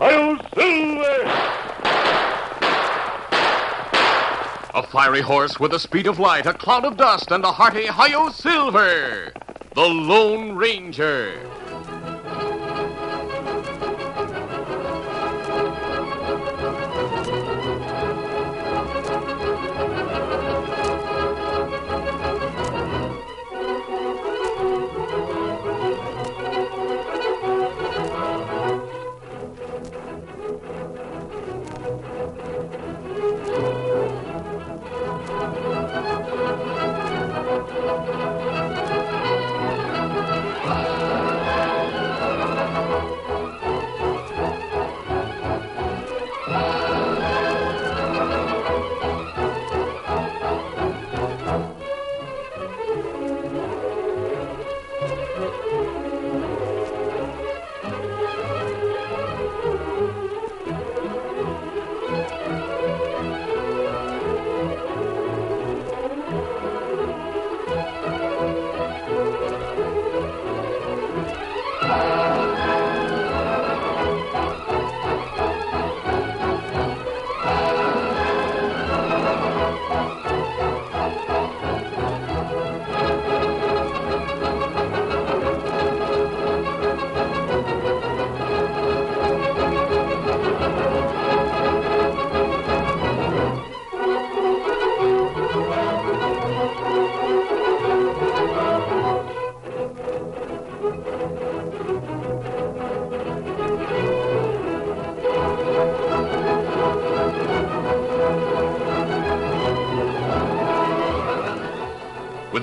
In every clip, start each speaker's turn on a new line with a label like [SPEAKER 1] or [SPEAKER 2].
[SPEAKER 1] I'll silver!
[SPEAKER 2] A fiery horse with the speed of light, a cloud of dust, and a hearty Hio Silver, the Lone Ranger. With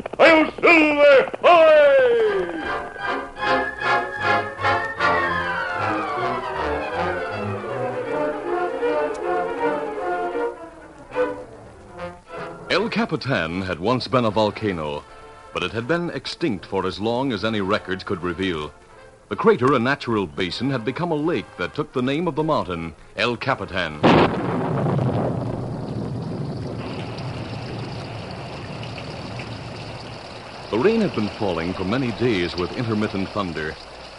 [SPEAKER 1] I'll silver! Aye!
[SPEAKER 2] El Capitan had once been a volcano, but it had been extinct for as long as any records could reveal. The crater, a natural basin, had become a lake that took the name of the mountain, El Capitan. The rain had been falling for many days with intermittent thunder,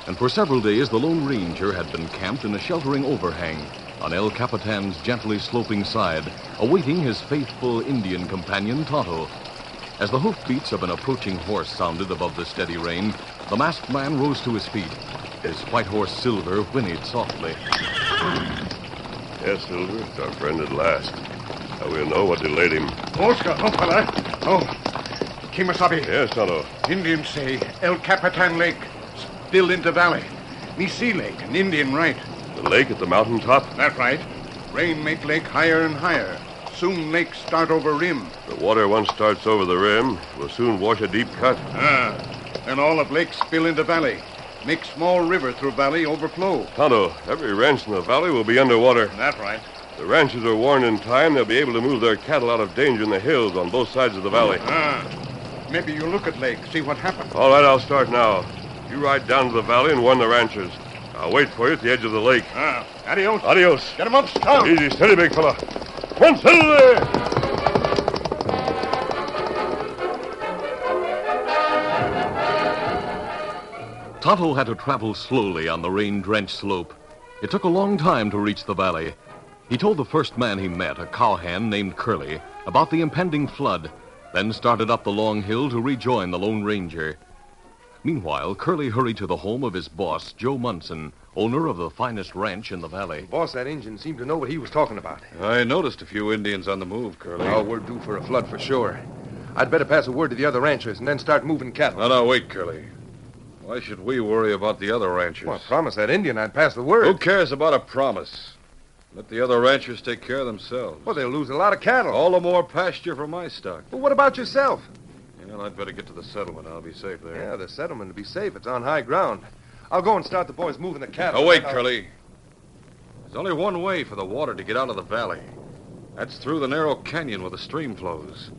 [SPEAKER 2] and for several days the Lone Ranger had been camped in a sheltering overhang on El Capitan's gently sloping side, awaiting his faithful Indian companion Tonto. As the hoofbeats of an approaching horse sounded above the steady rain, the masked man rose to his feet. His white horse Silver whinnied softly.
[SPEAKER 1] Yes, Silver, it's our friend at last. Now we'll know what delayed him.
[SPEAKER 3] Oscar, oh, fella. Oh, Kimasabi.
[SPEAKER 1] Yes, Tonto.
[SPEAKER 3] Indians say El Capitan Lake spilled into valley. Nisi Lake, an Indian right.
[SPEAKER 1] The lake at the mountain top.
[SPEAKER 3] That right. Rain make lake higher and higher. Soon lake start over rim.
[SPEAKER 1] The water once starts over the rim, will soon wash a deep cut.
[SPEAKER 3] Ah. And all of lake spill into valley. Make small river through valley overflow.
[SPEAKER 1] Tonto, every ranch in the valley will be underwater.
[SPEAKER 3] That right.
[SPEAKER 1] The ranchers are warned in time they'll be able to move their cattle out of danger in the hills on both sides of the valley.
[SPEAKER 3] Ah. Maybe you look at lake, see what happened.
[SPEAKER 1] All right, I'll start now. You ride down to the valley and warn the ranchers. I'll wait for you at the edge of the lake.
[SPEAKER 3] Ah. Adios.
[SPEAKER 1] Adios.
[SPEAKER 3] Get him up, scout.
[SPEAKER 1] Easy, steady, big fella. One silver!
[SPEAKER 2] Tonto had to travel slowly on the rain drenched slope. It took a long time to reach the valley. He told the first man he met, a cowhand named Curly, about the impending flood, then started up the long hill to rejoin the Lone Ranger. Meanwhile, Curly hurried to the home of his boss, Joe Munson, owner of the finest ranch in the valley.
[SPEAKER 4] Boss, that engine seemed to know what he was talking about.
[SPEAKER 5] I noticed a few Indians on the move, Curly.
[SPEAKER 4] Oh, we're due for a flood for sure. I'd better pass a word to the other ranchers and then start moving cattle.
[SPEAKER 5] No, no, wait, Curly.
[SPEAKER 2] Why should we worry about the other ranchers?
[SPEAKER 6] Well, I promised that Indian I'd pass the word.
[SPEAKER 2] Who cares about a promise? Let the other ranchers take care of themselves.
[SPEAKER 6] Well, they'll lose a lot of cattle.
[SPEAKER 2] All the more pasture for my stock.
[SPEAKER 6] But what about yourself?
[SPEAKER 2] Well, I'd better get to the settlement. I'll be safe there.
[SPEAKER 6] Yeah, the settlement to be safe. It's on high ground. I'll go and start the boys moving the cattle.
[SPEAKER 2] Oh, wait,
[SPEAKER 6] I'll-
[SPEAKER 2] Curly. There's only one way for the water to get out of the valley. That's through the narrow canyon where the stream flows.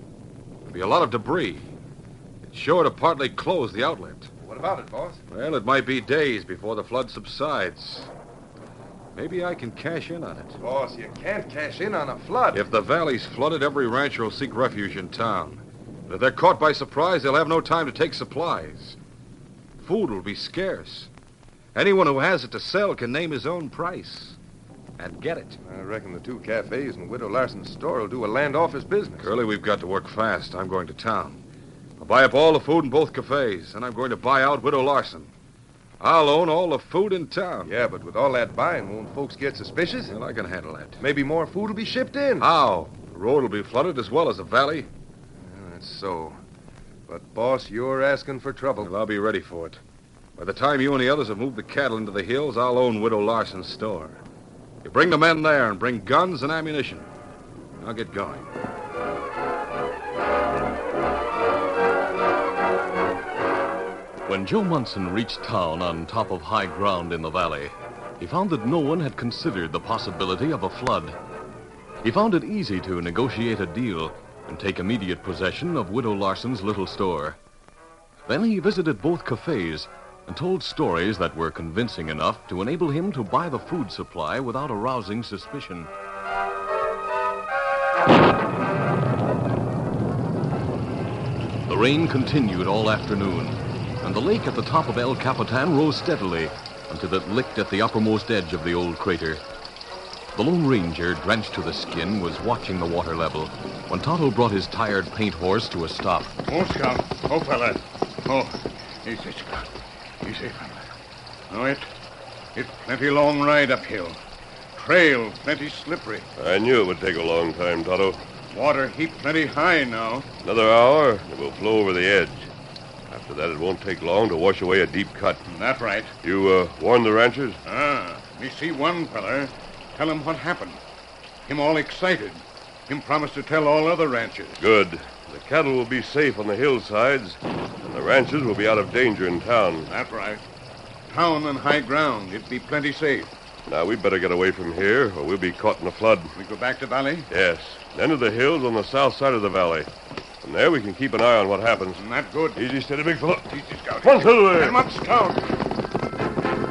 [SPEAKER 2] There'll be a lot of debris. It's sure to partly close the outlet.
[SPEAKER 6] What about it, boss?
[SPEAKER 2] Well, it might be days before the flood subsides. Maybe I can cash in on it.
[SPEAKER 6] Boss, you can't cash in on a flood.
[SPEAKER 2] If the valley's flooded, every rancher will seek refuge in town. But if they're caught by surprise, they'll have no time to take supplies. Food will be scarce. Anyone who has it to sell can name his own price and get it.
[SPEAKER 6] I reckon the two cafes and Widow Larson's store will do a land office business.
[SPEAKER 2] Curly, we've got to work fast. I'm going to town. I'll buy up all the food in both cafes, and I'm going to buy out Widow Larson. I'll own all the food in town.
[SPEAKER 6] Yeah, but with all that buying, won't folks get suspicious?
[SPEAKER 2] Well, I can handle that.
[SPEAKER 6] Maybe more food will be shipped in.
[SPEAKER 2] How? The road will be flooded as well as the valley.
[SPEAKER 6] That's so. But, boss, you're asking for trouble.
[SPEAKER 2] Well, I'll be ready for it. By the time you and the others have moved the cattle into the hills, I'll own Widow Larson's store. You bring the men there and bring guns and ammunition. I'll get going. When Joe Munson reached town on top of high ground in the valley, he found that no one had considered the possibility of a flood. He found it easy to negotiate a deal and take immediate possession of Widow Larson's little store. Then he visited both cafes and told stories that were convincing enough to enable him to buy the food supply without arousing suspicion. The rain continued all afternoon, and the lake at the top of El Capitan rose steadily until it licked at the uppermost edge of the old crater. The Lone Ranger, drenched to the skin, was watching the water level when Tonto brought his tired paint horse to a stop.
[SPEAKER 3] Oh, Scout. Oh, fella. Oh, easy, Scout. Easy, fella. No, it, it plenty long ride uphill. Trail plenty slippery.
[SPEAKER 1] I knew it would take a long time, Toto.
[SPEAKER 3] Water heap plenty high now.
[SPEAKER 1] Another hour, and it will flow over the edge. After that, it won't take long to wash away a deep cut.
[SPEAKER 3] That right.
[SPEAKER 1] You uh, warned the ranchers?
[SPEAKER 3] Ah, me see one feller. Tell him what happened. Him all excited. Him promise to tell all other ranchers.
[SPEAKER 1] Good. The cattle will be safe on the hillsides, and the ranchers will be out of danger in town.
[SPEAKER 3] That right. Town and high ground. It'd be plenty safe.
[SPEAKER 1] Now, we better get away from here, or we'll be caught in a flood.
[SPEAKER 3] We go back to valley.
[SPEAKER 1] Yes. Then to the hills on the south side of the valley. From there, we can keep an eye on what happens.
[SPEAKER 3] And that good.
[SPEAKER 1] Easy, steady, big fellow.
[SPEAKER 3] Easy, Scout.
[SPEAKER 1] One silver.
[SPEAKER 3] Come up, Scout.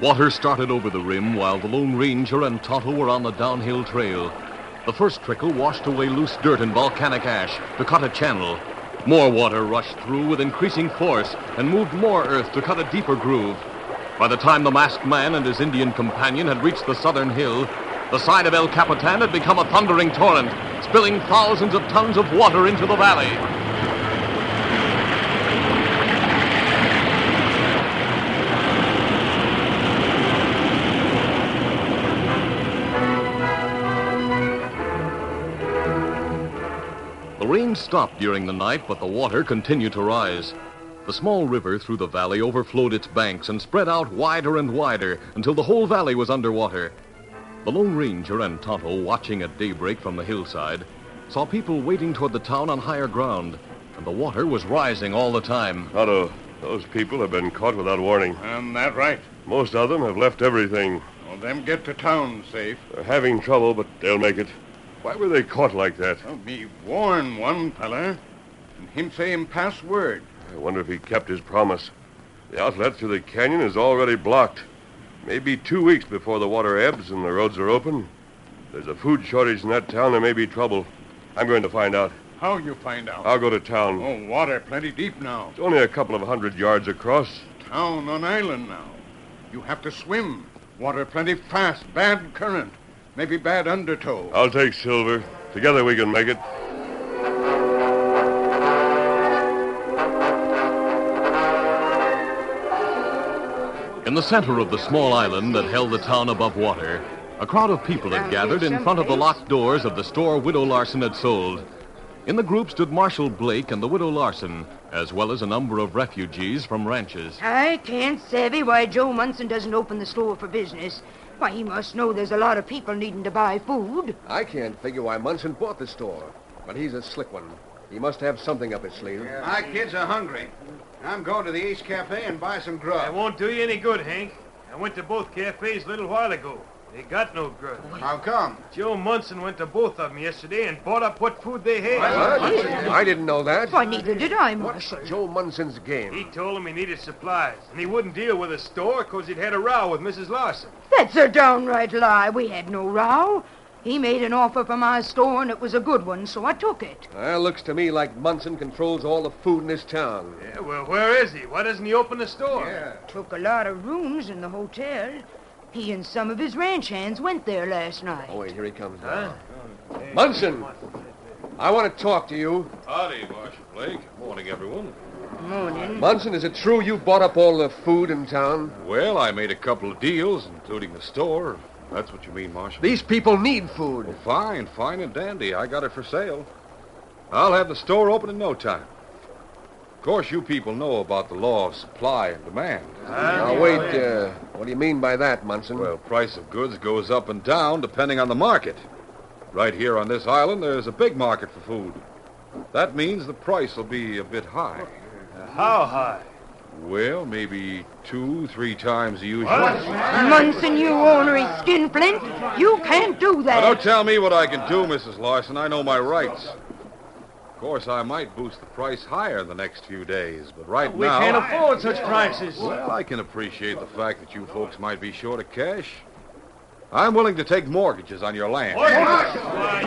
[SPEAKER 7] Water started over the rim while the Lone Ranger and Tonto were on the downhill trail. The first trickle washed away loose dirt and volcanic ash to cut a channel. More water rushed through with increasing force and moved more earth to cut a deeper groove. By the time the masked man and his Indian companion had reached the southern hill, the side of El Capitan had become a thundering torrent, spilling thousands of tons of water into the valley. The rain stopped during the night, but the water continued to rise. The small river through the valley overflowed its banks and spread out wider and wider until the whole valley was underwater. The Lone Ranger and Tonto, watching at daybreak from the hillside, saw people wading toward the town on higher ground, and the water was rising all the time.
[SPEAKER 1] Tonto, those people have been caught without warning.
[SPEAKER 3] And that right.
[SPEAKER 1] Most of them have left everything.
[SPEAKER 3] Well, them get to town safe.
[SPEAKER 1] They're having trouble, but they'll make it. Why were they caught like that?
[SPEAKER 3] Oh, me warn one feller. And him say him pass word.
[SPEAKER 1] I wonder if he kept his promise. The outlet through the canyon is already blocked. Maybe two weeks before the water ebbs and the roads are open. There's a food shortage in that town. There may be trouble. I'm going to find out.
[SPEAKER 3] How you find out?
[SPEAKER 1] I'll go to town.
[SPEAKER 3] Oh, water plenty deep now.
[SPEAKER 1] It's only a couple of hundred yards across.
[SPEAKER 3] Town on island now. You have to swim. Water plenty fast. Bad current. Maybe bad undertow.
[SPEAKER 1] I'll take Silver. Together we can make it.
[SPEAKER 7] In the center of the small island that held the town above water,
[SPEAKER 2] A crowd of people had gathered in front of the locked doors of the store Widow Larson had sold. In the group stood Marshal Blake and the Widow Larson, as well as a number of refugees from ranches.
[SPEAKER 8] I can't savvy why Joe Munson doesn't open the store for business. Why, he must know there's a lot of people needing to buy food.
[SPEAKER 6] I can't figure why Munson bought the store, but he's a slick one. He must have something up his sleeve.
[SPEAKER 3] My kids are hungry. I'm going to the Ace Cafe and buy some grub.
[SPEAKER 9] That won't do you any good, Hank. I went to both cafes a little while ago. They got no grub.
[SPEAKER 3] How come?
[SPEAKER 9] Joe Munson went to both of them yesterday and bought up what food they had.
[SPEAKER 6] What? I didn't know that.
[SPEAKER 8] Why, neither did I, Marshal.
[SPEAKER 6] What's Joe Munson's
[SPEAKER 9] He
[SPEAKER 6] game?
[SPEAKER 9] told him he needed supplies, and he wouldn't deal with a store because he'd had a row with Mrs. Larson.
[SPEAKER 8] That's a downright lie. We had no row. He made an offer for my store, and it was a good one, so I took it.
[SPEAKER 6] Well, looks to me like Munson controls all the food in this town.
[SPEAKER 9] Yeah, well, where is he? Why doesn't he open the store?
[SPEAKER 8] Took a lot of rooms in the hotel. He and some of his ranch hands went there last night.
[SPEAKER 6] Oh, wait, here he comes now. Munson! I want to talk to you.
[SPEAKER 1] Howdy, Marshal Blake. Morning, everyone.
[SPEAKER 8] Morning.
[SPEAKER 6] Munson, is it true you bought up all the food in town?
[SPEAKER 1] Well, I made a couple of deals, including the store. That's what you mean, Marshal. Oh,
[SPEAKER 6] These people need food.
[SPEAKER 1] Fine, fine and dandy. I got it for sale. I'll have the store open in no time. Of course, you people know about the law of supply and demand.
[SPEAKER 6] Now, wait, uh, what do you mean by that, Munson?
[SPEAKER 1] Well, price of goods goes up and down depending on the market. Right here on this island, there's a big market for food. That means the price will be a bit high.
[SPEAKER 9] How high?
[SPEAKER 1] Well, maybe two, three times the usual.
[SPEAKER 8] Munson, you ornery skinflint. You can't do
[SPEAKER 1] Now,
[SPEAKER 8] that.
[SPEAKER 1] don't tell me what I can do, Mrs. Larson. I know my rights. Of course, I might boost the price higher in the next few days, but right
[SPEAKER 9] We
[SPEAKER 1] now.
[SPEAKER 9] can't afford such prices.
[SPEAKER 1] Well, I can appreciate the fact that you folks might be short of cash. I'm willing to take mortgages on your land.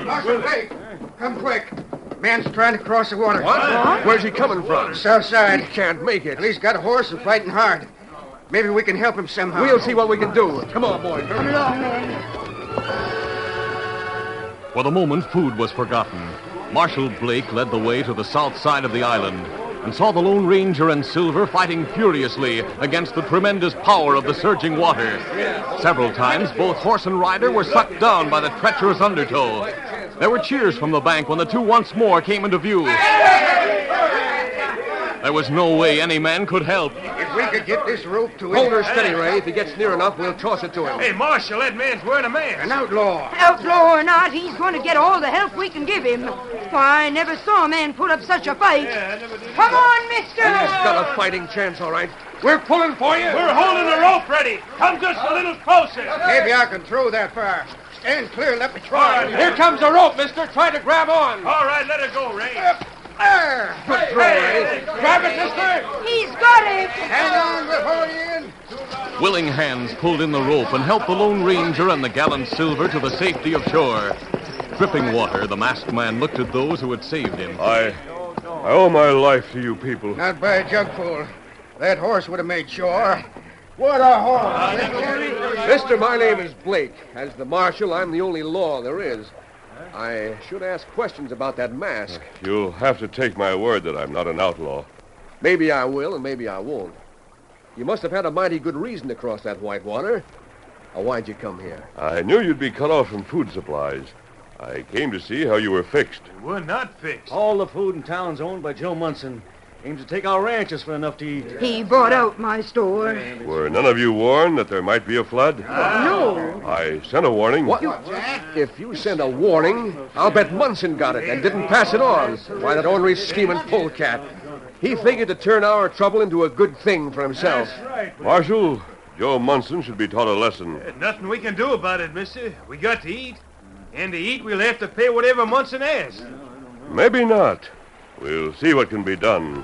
[SPEAKER 3] Marshal Blake, come quick. Man's trying to cross the water.
[SPEAKER 6] Where's he coming from?
[SPEAKER 3] South side.
[SPEAKER 6] Can't make it.
[SPEAKER 3] Well, he's got a horse and fighting hard. Maybe we can help him somehow.
[SPEAKER 6] We'll see what we can do. Come on, boys.
[SPEAKER 2] For the moment, food was forgotten. Marshal Blake led the way to the south side of the island and saw the Lone Ranger and Silver fighting furiously against the tremendous power of the surging water. Several times, both horse and rider were sucked down by the treacherous undertow. There were cheers from the bank when the two once more came into view. There was no way any man could help.
[SPEAKER 3] If we could get this rope to
[SPEAKER 6] Hold
[SPEAKER 3] him.
[SPEAKER 6] her steady, Ray. If he gets near enough, we'll toss it to him.
[SPEAKER 9] Hey, Marshal, that man's wearing a
[SPEAKER 3] An
[SPEAKER 9] mask.
[SPEAKER 3] outlaw.
[SPEAKER 8] Outlaw or not, he's going to get all the help we can give him. Why, I never saw a man put up such a fight. Come on, mister!
[SPEAKER 6] He's got a fighting chance, all right. We're pulling for you.
[SPEAKER 9] We're holding the rope ready. Come just a little closer.
[SPEAKER 3] Maybe I can throw that far. Stand clear, let me try.
[SPEAKER 6] Here comes the rope, mister. Try to grab on.
[SPEAKER 9] All right, let her go, Ray.
[SPEAKER 3] There.
[SPEAKER 6] Good throw, Ray. Grab it, mister.
[SPEAKER 8] He's got it!
[SPEAKER 3] Hang on, we're hurrying.
[SPEAKER 2] Willing hands pulled in the rope and helped the Lone Ranger and the gallant Silver to the safety of shore. Gripping water, the masked man looked at those who had saved him.
[SPEAKER 10] I. I owe my life to you people.
[SPEAKER 3] Not by a jugful. That horse would have made sure. What a horse!
[SPEAKER 6] Mister, my name is Blake. As the marshal, I'm the only law there is. I should ask questions about that mask.
[SPEAKER 10] You'll have to take my word that I'm not an outlaw.
[SPEAKER 6] Maybe I will, and maybe I won't. You must have had a mighty good reason to cross that white water. Now, why'd you come here?
[SPEAKER 10] I knew you'd be cut off from food supplies. I came to see how you were fixed.
[SPEAKER 9] We're not fixed.
[SPEAKER 6] Oh,
[SPEAKER 11] All the food in town's owned by Joe Munson. Aims to take our ranches for enough to eat.
[SPEAKER 8] He bought out my store.
[SPEAKER 10] Were none of you warned that there might be a flood?
[SPEAKER 8] No.
[SPEAKER 10] I sent a warning.
[SPEAKER 6] What? If you send a warning, I'll bet Munson got it and didn't pass it on. Why, that ornery scheming polecat. He figured to turn our trouble into a good thing for himself.
[SPEAKER 10] Marshal, Joe Munson should be taught a lesson.
[SPEAKER 9] There's nothing we can do about it, mister. We got to eat. And to eat, we'll have to pay whatever Munson asks.
[SPEAKER 10] Maybe not. We'll see what can be done.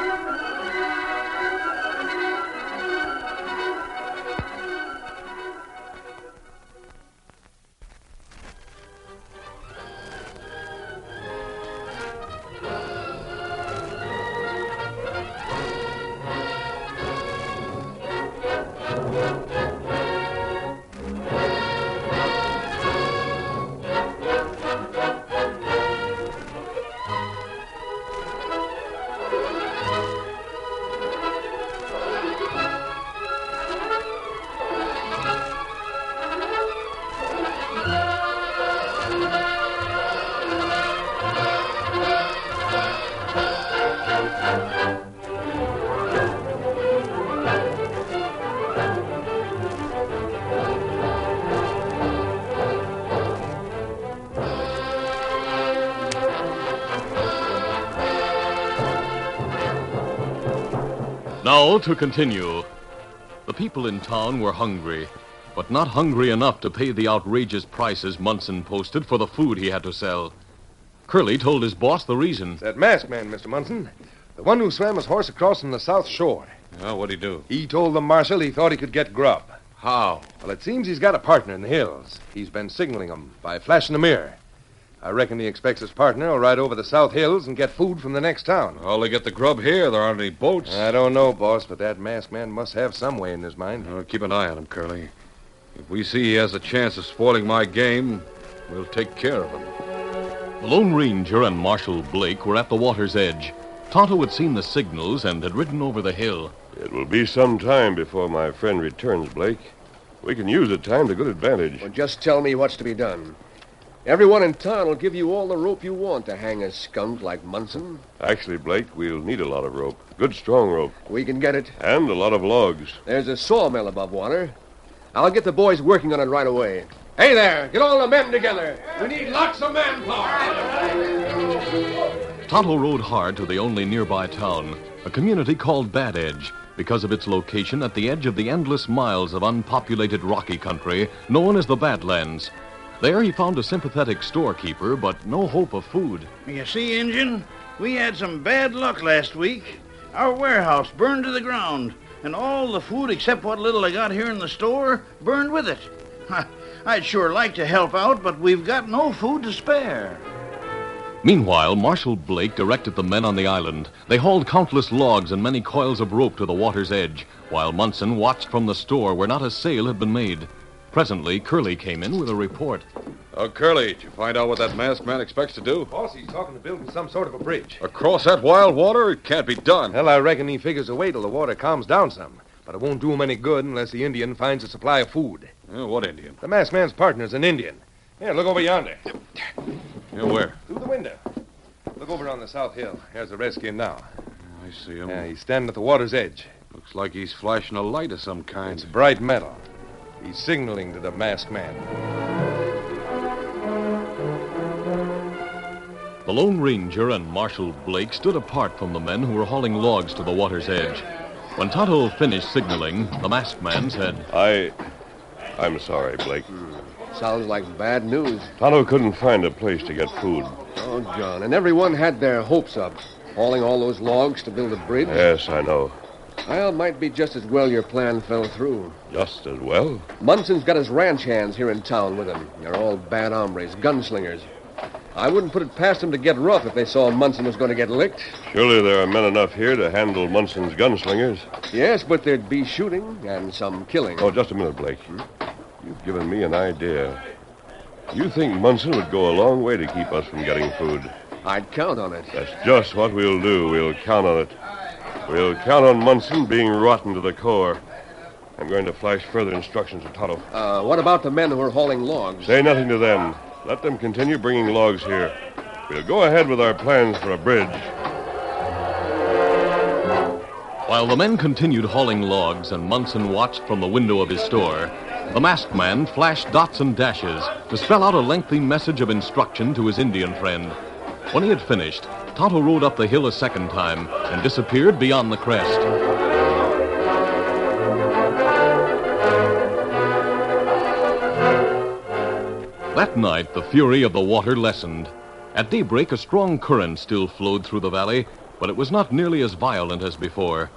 [SPEAKER 2] Now, to continue. The people in town were hungry, but not hungry enough to pay the outrageous prices Munson posted for the food he had to sell. Curly told his boss the reason.
[SPEAKER 6] That masked man, Mr. Munson. The one who swam his horse across from the South Shore.
[SPEAKER 2] Oh, what'd he do?
[SPEAKER 6] He told the marshal he thought he could get grub.
[SPEAKER 2] How?
[SPEAKER 6] Well, it seems he's got a partner in the hills. He's been signaling him by flashing a mirror. I reckon he expects his partner will ride over the South Hills and get food from the next town.
[SPEAKER 1] All well, they get the grub here. There aren't any boats.
[SPEAKER 6] I don't know, boss, but that masked man must have some way in his mind.
[SPEAKER 1] Well, keep an eye on him, Curly. If we see he has a chance of spoiling my game, we'll take care of him.
[SPEAKER 2] The Lone Ranger and Marshal Blake were at the water's edge. Tonto had seen the signals and had ridden over the hill.
[SPEAKER 1] It will be some time before my friend returns, Blake. We can use the time to good advantage.
[SPEAKER 6] Well, just tell me what's to be done. Everyone in town will give you all the rope you want to hang a skunk like Munson.
[SPEAKER 1] Actually, Blake, we'll need a lot of rope. Good, strong rope.
[SPEAKER 6] We can get it.
[SPEAKER 1] And a lot of logs.
[SPEAKER 6] There's a sawmill above water. I'll get the boys working on it right away. Hey there, get all the men together. We need lots of manpower.
[SPEAKER 2] Tonto rode hard to the only nearby town, a community called Bad Edge, because of its location at the edge of the endless miles of unpopulated rocky country known as the Badlands. There he found a sympathetic storekeeper, but no hope of food.
[SPEAKER 12] You see, Injun, we had some bad luck last week. Our warehouse burned to the ground, and all the food except what little I got here in the store burned with it. I'd sure like to help out, but we've got no food to spare.
[SPEAKER 2] Meanwhile, Marshal Blake directed the men on the island. They hauled countless logs and many coils of rope to the water's edge, while Munson watched from the store where not a sale had been made. Presently, Curly came in with a report.
[SPEAKER 1] Oh, Curly, did you find out what that masked man expects to do?
[SPEAKER 6] Boss, he's talking of building some sort of a bridge.
[SPEAKER 1] Across that wild water? It can't be done.
[SPEAKER 6] Well, I reckon he figures a way till the water calms down some. But it won't do him any good unless the Indian finds a supply of food.
[SPEAKER 1] Yeah, what Indian?
[SPEAKER 6] The masked man's partner's an Indian. Here, look over yonder.
[SPEAKER 1] Yeah, where?
[SPEAKER 6] Through the window. Look over on the south hill. There's the redskin now.
[SPEAKER 1] I see him.
[SPEAKER 6] Yeah, he's standing at the water's edge.
[SPEAKER 1] Looks like he's flashing a light of some kind.
[SPEAKER 6] It's bright metal. He's signaling to the masked man.
[SPEAKER 2] The Lone Ranger and Marshal Blake stood apart from the men who were hauling logs to the water's edge. When Tonto finished signaling, the masked man said,
[SPEAKER 1] I. I'm sorry, Blake.
[SPEAKER 6] Sounds like bad news.
[SPEAKER 1] Tonto couldn't find a place to get food.
[SPEAKER 6] Oh, John, and everyone had their hopes up, hauling all those logs to build a bridge.
[SPEAKER 1] Yes, I know.
[SPEAKER 6] Well, might be just as well your plan fell through.
[SPEAKER 1] Just as well?
[SPEAKER 6] Munson's got his ranch hands here in town with him. They're all bad hombres, gunslingers. I wouldn't put it past them to get rough if they saw Munson was going to get licked.
[SPEAKER 1] Surely there are men enough here to handle Munson's gunslingers.
[SPEAKER 6] Yes, but there'd be shooting and some killing.
[SPEAKER 1] Oh, just a minute, Blake. You've given me an idea. You think Munson would go a long way to keep us from getting food?
[SPEAKER 6] I'd count on it.
[SPEAKER 1] That's just what we'll do. We'll count on it. We'll count on Munson being rotten to the core. I'm going to flash further instructions to Tonto.
[SPEAKER 6] Uh, what about the men who are hauling logs?
[SPEAKER 1] Say nothing to them. Let them continue bringing logs here. We'll go ahead with our plans for a bridge.
[SPEAKER 2] While the men continued hauling logs and Munson watched from the window of his store, the masked man flashed dots and dashes to spell out a lengthy message of instruction to his Indian friend. When he had finished, Tonto rode up the hill a second time and disappeared beyond the crest. That night, the fury of the water lessened. At daybreak, a strong current still flowed through the valley, but it was not nearly as violent as before.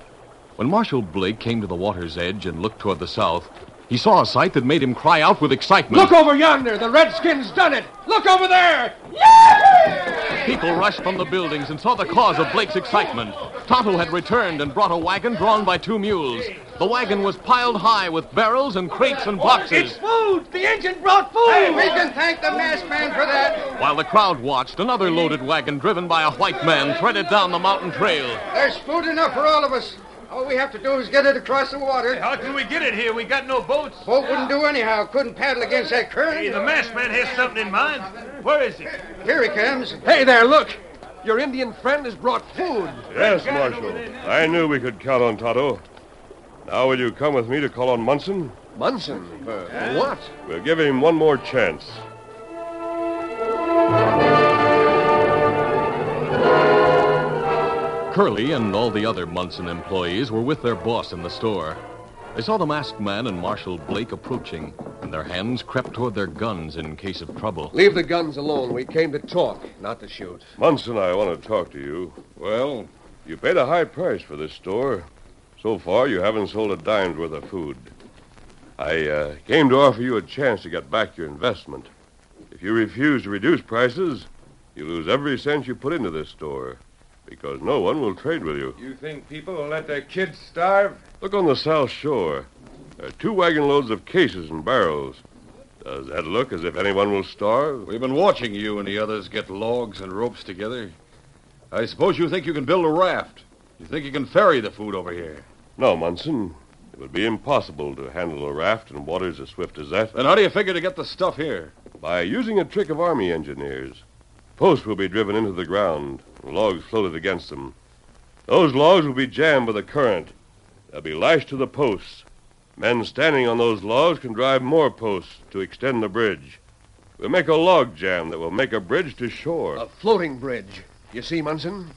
[SPEAKER 2] When Marshal Blake came to the water's edge and looked toward the south, he saw a sight that made him cry out with excitement.
[SPEAKER 6] Look over yonder! The Redskins done it! Look over there! Yeah!
[SPEAKER 2] People rushed from the buildings and saw the cause of Blake's excitement. Tonto had returned and brought a wagon drawn by two mules. The wagon was piled high with barrels and crates and
[SPEAKER 6] Oh,
[SPEAKER 2] boxes.
[SPEAKER 12] It's food! The engine brought food! Hey,
[SPEAKER 13] we can thank the masked man for that.
[SPEAKER 2] While the crowd watched, another loaded wagon driven by a white man threaded down the mountain trail.
[SPEAKER 13] There's food enough for all of us. All we have to do is get it across the water.
[SPEAKER 9] Hey, how can we get it here? We got no boats.
[SPEAKER 13] Boat wouldn't do anyhow. Couldn't paddle against that current.
[SPEAKER 9] Hey, the masked man has something in mind. Where is he?
[SPEAKER 13] Here he comes.
[SPEAKER 6] Hey there, look. Your Indian friend has brought food.
[SPEAKER 1] Yes, Marshal. I knew we could count on Tonto. Now will you come with me to call on Munson?
[SPEAKER 6] Munson? For, for what?
[SPEAKER 1] We'll give him one more chance.
[SPEAKER 2] Curly and all the other Munson employees were with their boss in the store. They saw the masked man and Marshal Blake approaching, and their hands crept toward their guns in case of trouble.
[SPEAKER 6] Leave the guns alone. We came to talk, not to shoot.
[SPEAKER 1] Munson, I want to talk to you. Well, you paid a high price for this store. So far, you haven't sold a dime's worth of food. I uh, came to offer you a chance to get back your investment. If you refuse to reduce prices, you lose every cent you put into this store because no one will trade with you.
[SPEAKER 14] You think people will let their kids starve?
[SPEAKER 1] Look on the South Shore. There are two wagon loads of cases and barrels. Does that look as if anyone will starve?
[SPEAKER 2] We've been watching you and the others get logs and ropes together. I suppose you think you can build a raft. You think you can ferry the food over here.
[SPEAKER 1] No, Munson. It would be impossible to handle a raft in waters as swift as that.
[SPEAKER 2] Then how do you figure to get the stuff here?
[SPEAKER 1] By using a trick of army engineers. Posts will be driven into the ground, logs floated against them. Those logs will be jammed by the current. They'll be lashed to the posts. Men standing on those logs can drive more posts to extend the bridge. We'll make a log jam that will make a bridge to shore.
[SPEAKER 6] A floating bridge. You see, Munson?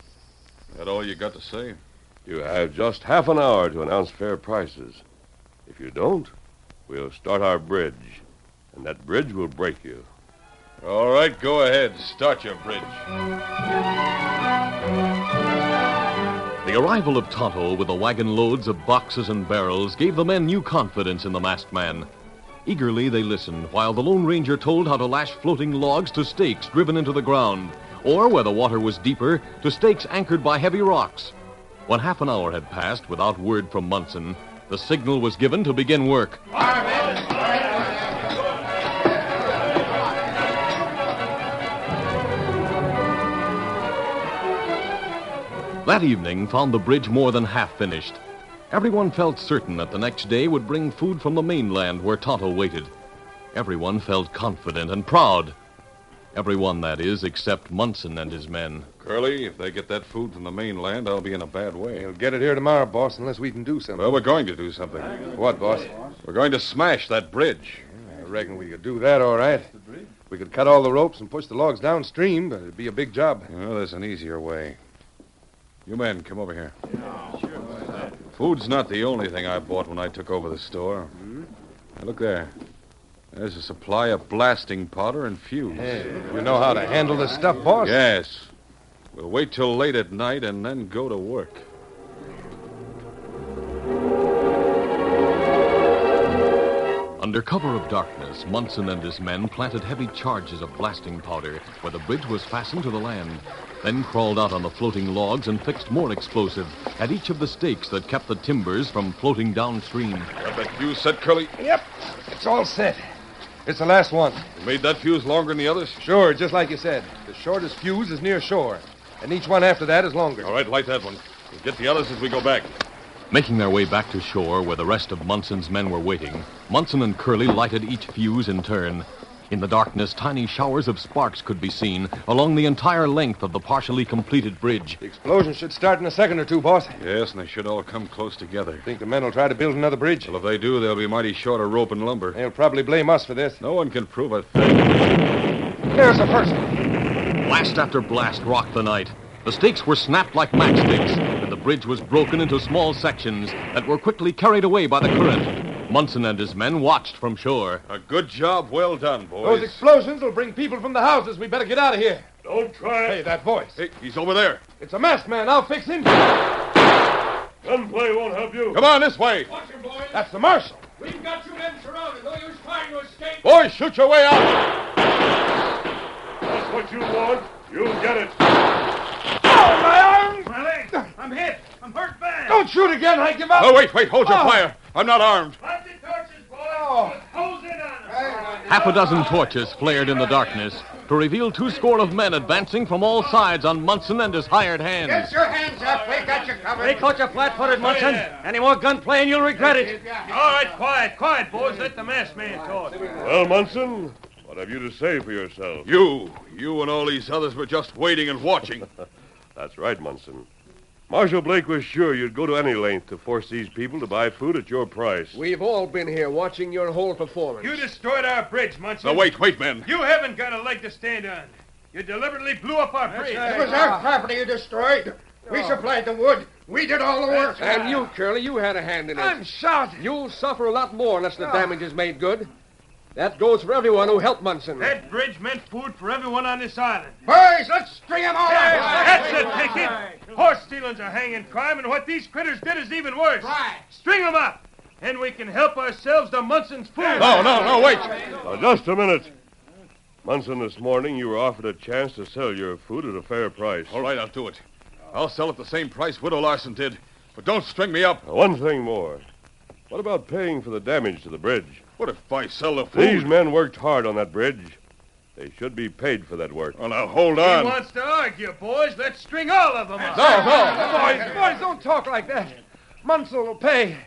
[SPEAKER 2] That all you got to say?
[SPEAKER 1] You have just half an hour to announce fair prices. If you don't, we'll start our bridge, and that bridge will break you.
[SPEAKER 2] All right, go ahead. Start your bridge. The arrival of Tonto with the wagon loads of boxes and barrels gave the men new confidence in the masked man. Eagerly they listened while the Lone Ranger told how to lash floating logs to stakes driven into the ground, or where the water was deeper, to stakes anchored by heavy rocks. When half an hour had passed without word from Munson, the signal was given to begin work. That evening found the bridge more than half finished. Everyone felt certain that the next day would bring food from the mainland where Tonto waited. Everyone felt confident and proud. Everyone, that is, except Munson and his men. Curly, if they get that food from the mainland, I'll be in a bad way.
[SPEAKER 14] You'll get it here tomorrow, boss, unless we can do something.
[SPEAKER 2] Well, we're going to do something.
[SPEAKER 14] What, boss?
[SPEAKER 2] We're going to smash that bridge.
[SPEAKER 14] I reckon we could do that all right. We could cut all the ropes and push the logs downstream, but it'd be a big job.
[SPEAKER 2] Well, there's an easier way. You men, come over here. Food's not the only thing I bought when I took over the store. Now, look there. There's a supply of blasting powder and fuse.
[SPEAKER 14] Hey, you know how to handle this stuff, boss?
[SPEAKER 2] Yes. We'll wait till late at night and then go to work. Under cover of darkness, Munson and his men planted heavy charges of blasting powder where the bridge was fastened to the land, then crawled out on the floating logs and fixed more explosive at each of the stakes that kept the timbers from floating downstream.
[SPEAKER 1] Got that fuse set, Curly?
[SPEAKER 14] Yep. It's all set. It's the last one.
[SPEAKER 2] You made that fuse longer than the others?
[SPEAKER 14] Sure, just like you said. The shortest fuse is near shore, and each one after that is longer.
[SPEAKER 2] All right, light that one. We'll get the others as we go back. Making their way back to shore where the rest of Munson's men were waiting, Munson and Curly lighted each fuse in turn. In the darkness, tiny showers of sparks could be seen along the entire length of the partially completed bridge.
[SPEAKER 14] The explosion should start in a second or two, boss.
[SPEAKER 2] Yes, and they should all come close together.
[SPEAKER 14] Think the men will try to build another bridge?
[SPEAKER 2] Well, if they do, they'll be mighty short of rope and lumber.
[SPEAKER 14] They'll probably blame us for this.
[SPEAKER 2] No one can prove a thing.
[SPEAKER 14] There's the first.
[SPEAKER 2] Blast after blast rocked the night. The stakes were snapped like matchsticks, and the bridge was broken into small sections that were quickly carried away by the current. Munson and his men watched from shore.
[SPEAKER 1] A good job, well done, boys.
[SPEAKER 14] Those explosions will bring people from the houses. We better get out of here.
[SPEAKER 1] Don't try it.
[SPEAKER 14] Hey, that voice.
[SPEAKER 2] Hey, he's over there.
[SPEAKER 14] It's a masked man. I'll fix him.
[SPEAKER 1] Gunplay won't help you.
[SPEAKER 2] Come on, this way.
[SPEAKER 15] Watch him, boys.
[SPEAKER 14] That's the marshal.
[SPEAKER 15] We've got you men surrounded. No use trying to escape.
[SPEAKER 2] Boys, shoot your way out.
[SPEAKER 1] That's what you want. You get it.
[SPEAKER 14] Oh, my arm!
[SPEAKER 15] My leg. I'm hit. I'm hurt bad.
[SPEAKER 14] Don't shoot again. I give up.
[SPEAKER 2] Oh, wait, wait. Hold your oh. fire. I'm not armed.
[SPEAKER 15] Light the torches, boys. Oh. Hose it on right.
[SPEAKER 2] Half a dozen torches flared in the darkness to reveal two score of men advancing from all sides on Munson and his hired hands.
[SPEAKER 13] Get your hands up. We got you covered.
[SPEAKER 16] They caught you flat-footed,
[SPEAKER 14] Oh,
[SPEAKER 16] Munson. Any more gunplay and you'll regret it.
[SPEAKER 9] All right, quiet, quiet, boys. Let the masked man talk.
[SPEAKER 1] Well, Munson, what have you to say for yourself?
[SPEAKER 2] You, you and all these others were just waiting and watching.
[SPEAKER 1] That's right, Munson. Marshal Blake was sure you'd go to any length to force these people to buy food at your price.
[SPEAKER 6] We've all been here watching your whole performance.
[SPEAKER 9] You destroyed our bridge, Munson.
[SPEAKER 2] No, wait, wait, men.
[SPEAKER 9] You haven't got a leg to stand on. You deliberately blew up our That's bridge.
[SPEAKER 13] Right. It was our property you destroyed. We supplied the wood. We did all the work.
[SPEAKER 6] And you, Curly, you had a hand in it.
[SPEAKER 13] I'm shouting.
[SPEAKER 6] You'll suffer a lot more unless the damage is made good. That goes for everyone who helped Munson.
[SPEAKER 9] That bridge meant food for everyone on this island.
[SPEAKER 13] Boys, let's string him all
[SPEAKER 9] Yes,
[SPEAKER 13] up.
[SPEAKER 9] that's the ticket. Horse stealing's a hanging crime, and what these critters did is even worse.
[SPEAKER 13] Right.
[SPEAKER 9] String 'em up, and we can help ourselves to Munson's food.
[SPEAKER 1] No,
[SPEAKER 3] Oh.
[SPEAKER 1] no, no, wait. Now, just a minute. Munson, this morning you were offered a chance to sell your food at a fair price.
[SPEAKER 2] All right, I'll do it. I'll sell at the same price Widow Larson did. But don't string me up.
[SPEAKER 1] Now, one thing more. What about paying for the damage to the bridge?
[SPEAKER 2] What if I sell the food?
[SPEAKER 1] These men worked hard on that bridge. They should be paid for that work.
[SPEAKER 2] Well, now, hold
[SPEAKER 6] Um,
[SPEAKER 9] He wants to argue, boys. Let's string all of them up.
[SPEAKER 13] Boys, boys, don't talk like that. Munson will pay.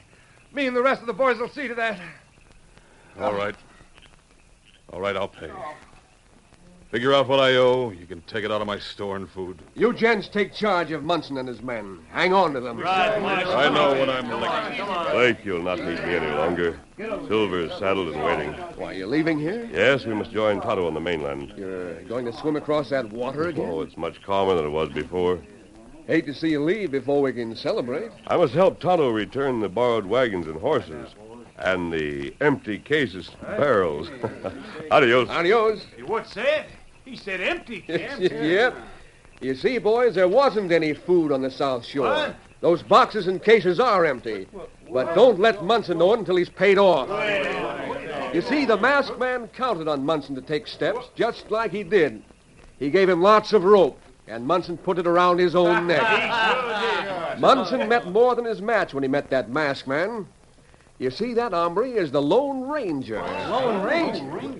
[SPEAKER 13] Me and the rest of the boys will see to that.
[SPEAKER 2] All right. All right, I'll pay. Figure out what I owe. You can take it out of my store and food.
[SPEAKER 6] You gents take charge of Munson and his men. Hang on to them.
[SPEAKER 2] I know what I'm like.
[SPEAKER 1] Blake, you'll not need me any longer. Silver is saddled and waiting.
[SPEAKER 6] Why, you're leaving here?
[SPEAKER 1] Yes, we must join Toto on the mainland.
[SPEAKER 6] You're uh, going to swim across that water again?
[SPEAKER 1] Oh, it's much calmer than it was before.
[SPEAKER 6] Hate to see you leave before we can celebrate.
[SPEAKER 1] I must help Tonto return the borrowed wagons and horses. And the empty cases and barrels. Adios.
[SPEAKER 6] Adios.
[SPEAKER 9] He what said? He said empty.
[SPEAKER 6] yep. You see, boys, there wasn't any food on the South Shore.
[SPEAKER 9] What?
[SPEAKER 6] Those boxes and cases are empty. But don't let Munson know it until he's paid off. You see, the masked man counted on Munson to take steps, just like he did. He gave him lots of rope, and Munson put it around his own neck. Munson met more than his match when he met that masked man. You see, that hombre is the Lone Ranger.
[SPEAKER 16] Lone Ranger.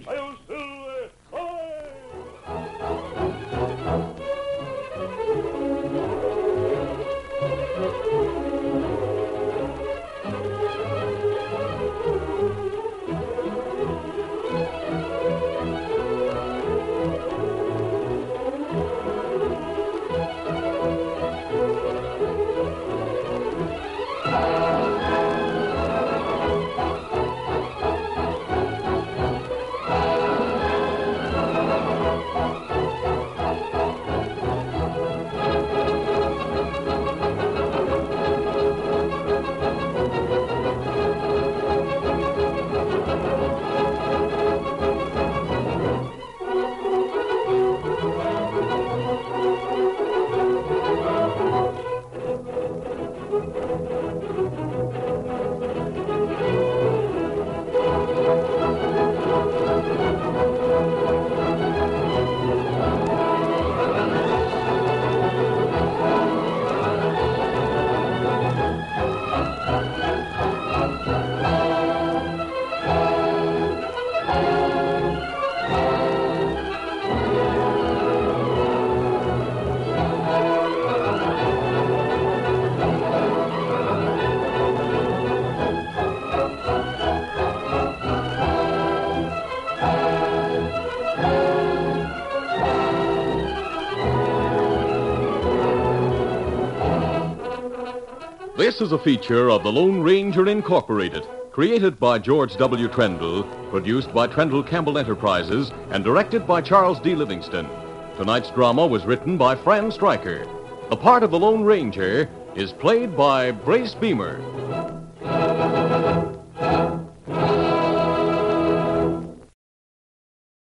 [SPEAKER 2] This is a feature of the Lone Ranger Incorporated, created by George W. Trendle, produced by Trendle Campbell Enterprises, and directed by Charles D. Livingston. Tonight's drama was written by Fran Stryker. The part of the Lone Ranger is played by Brace Beamer.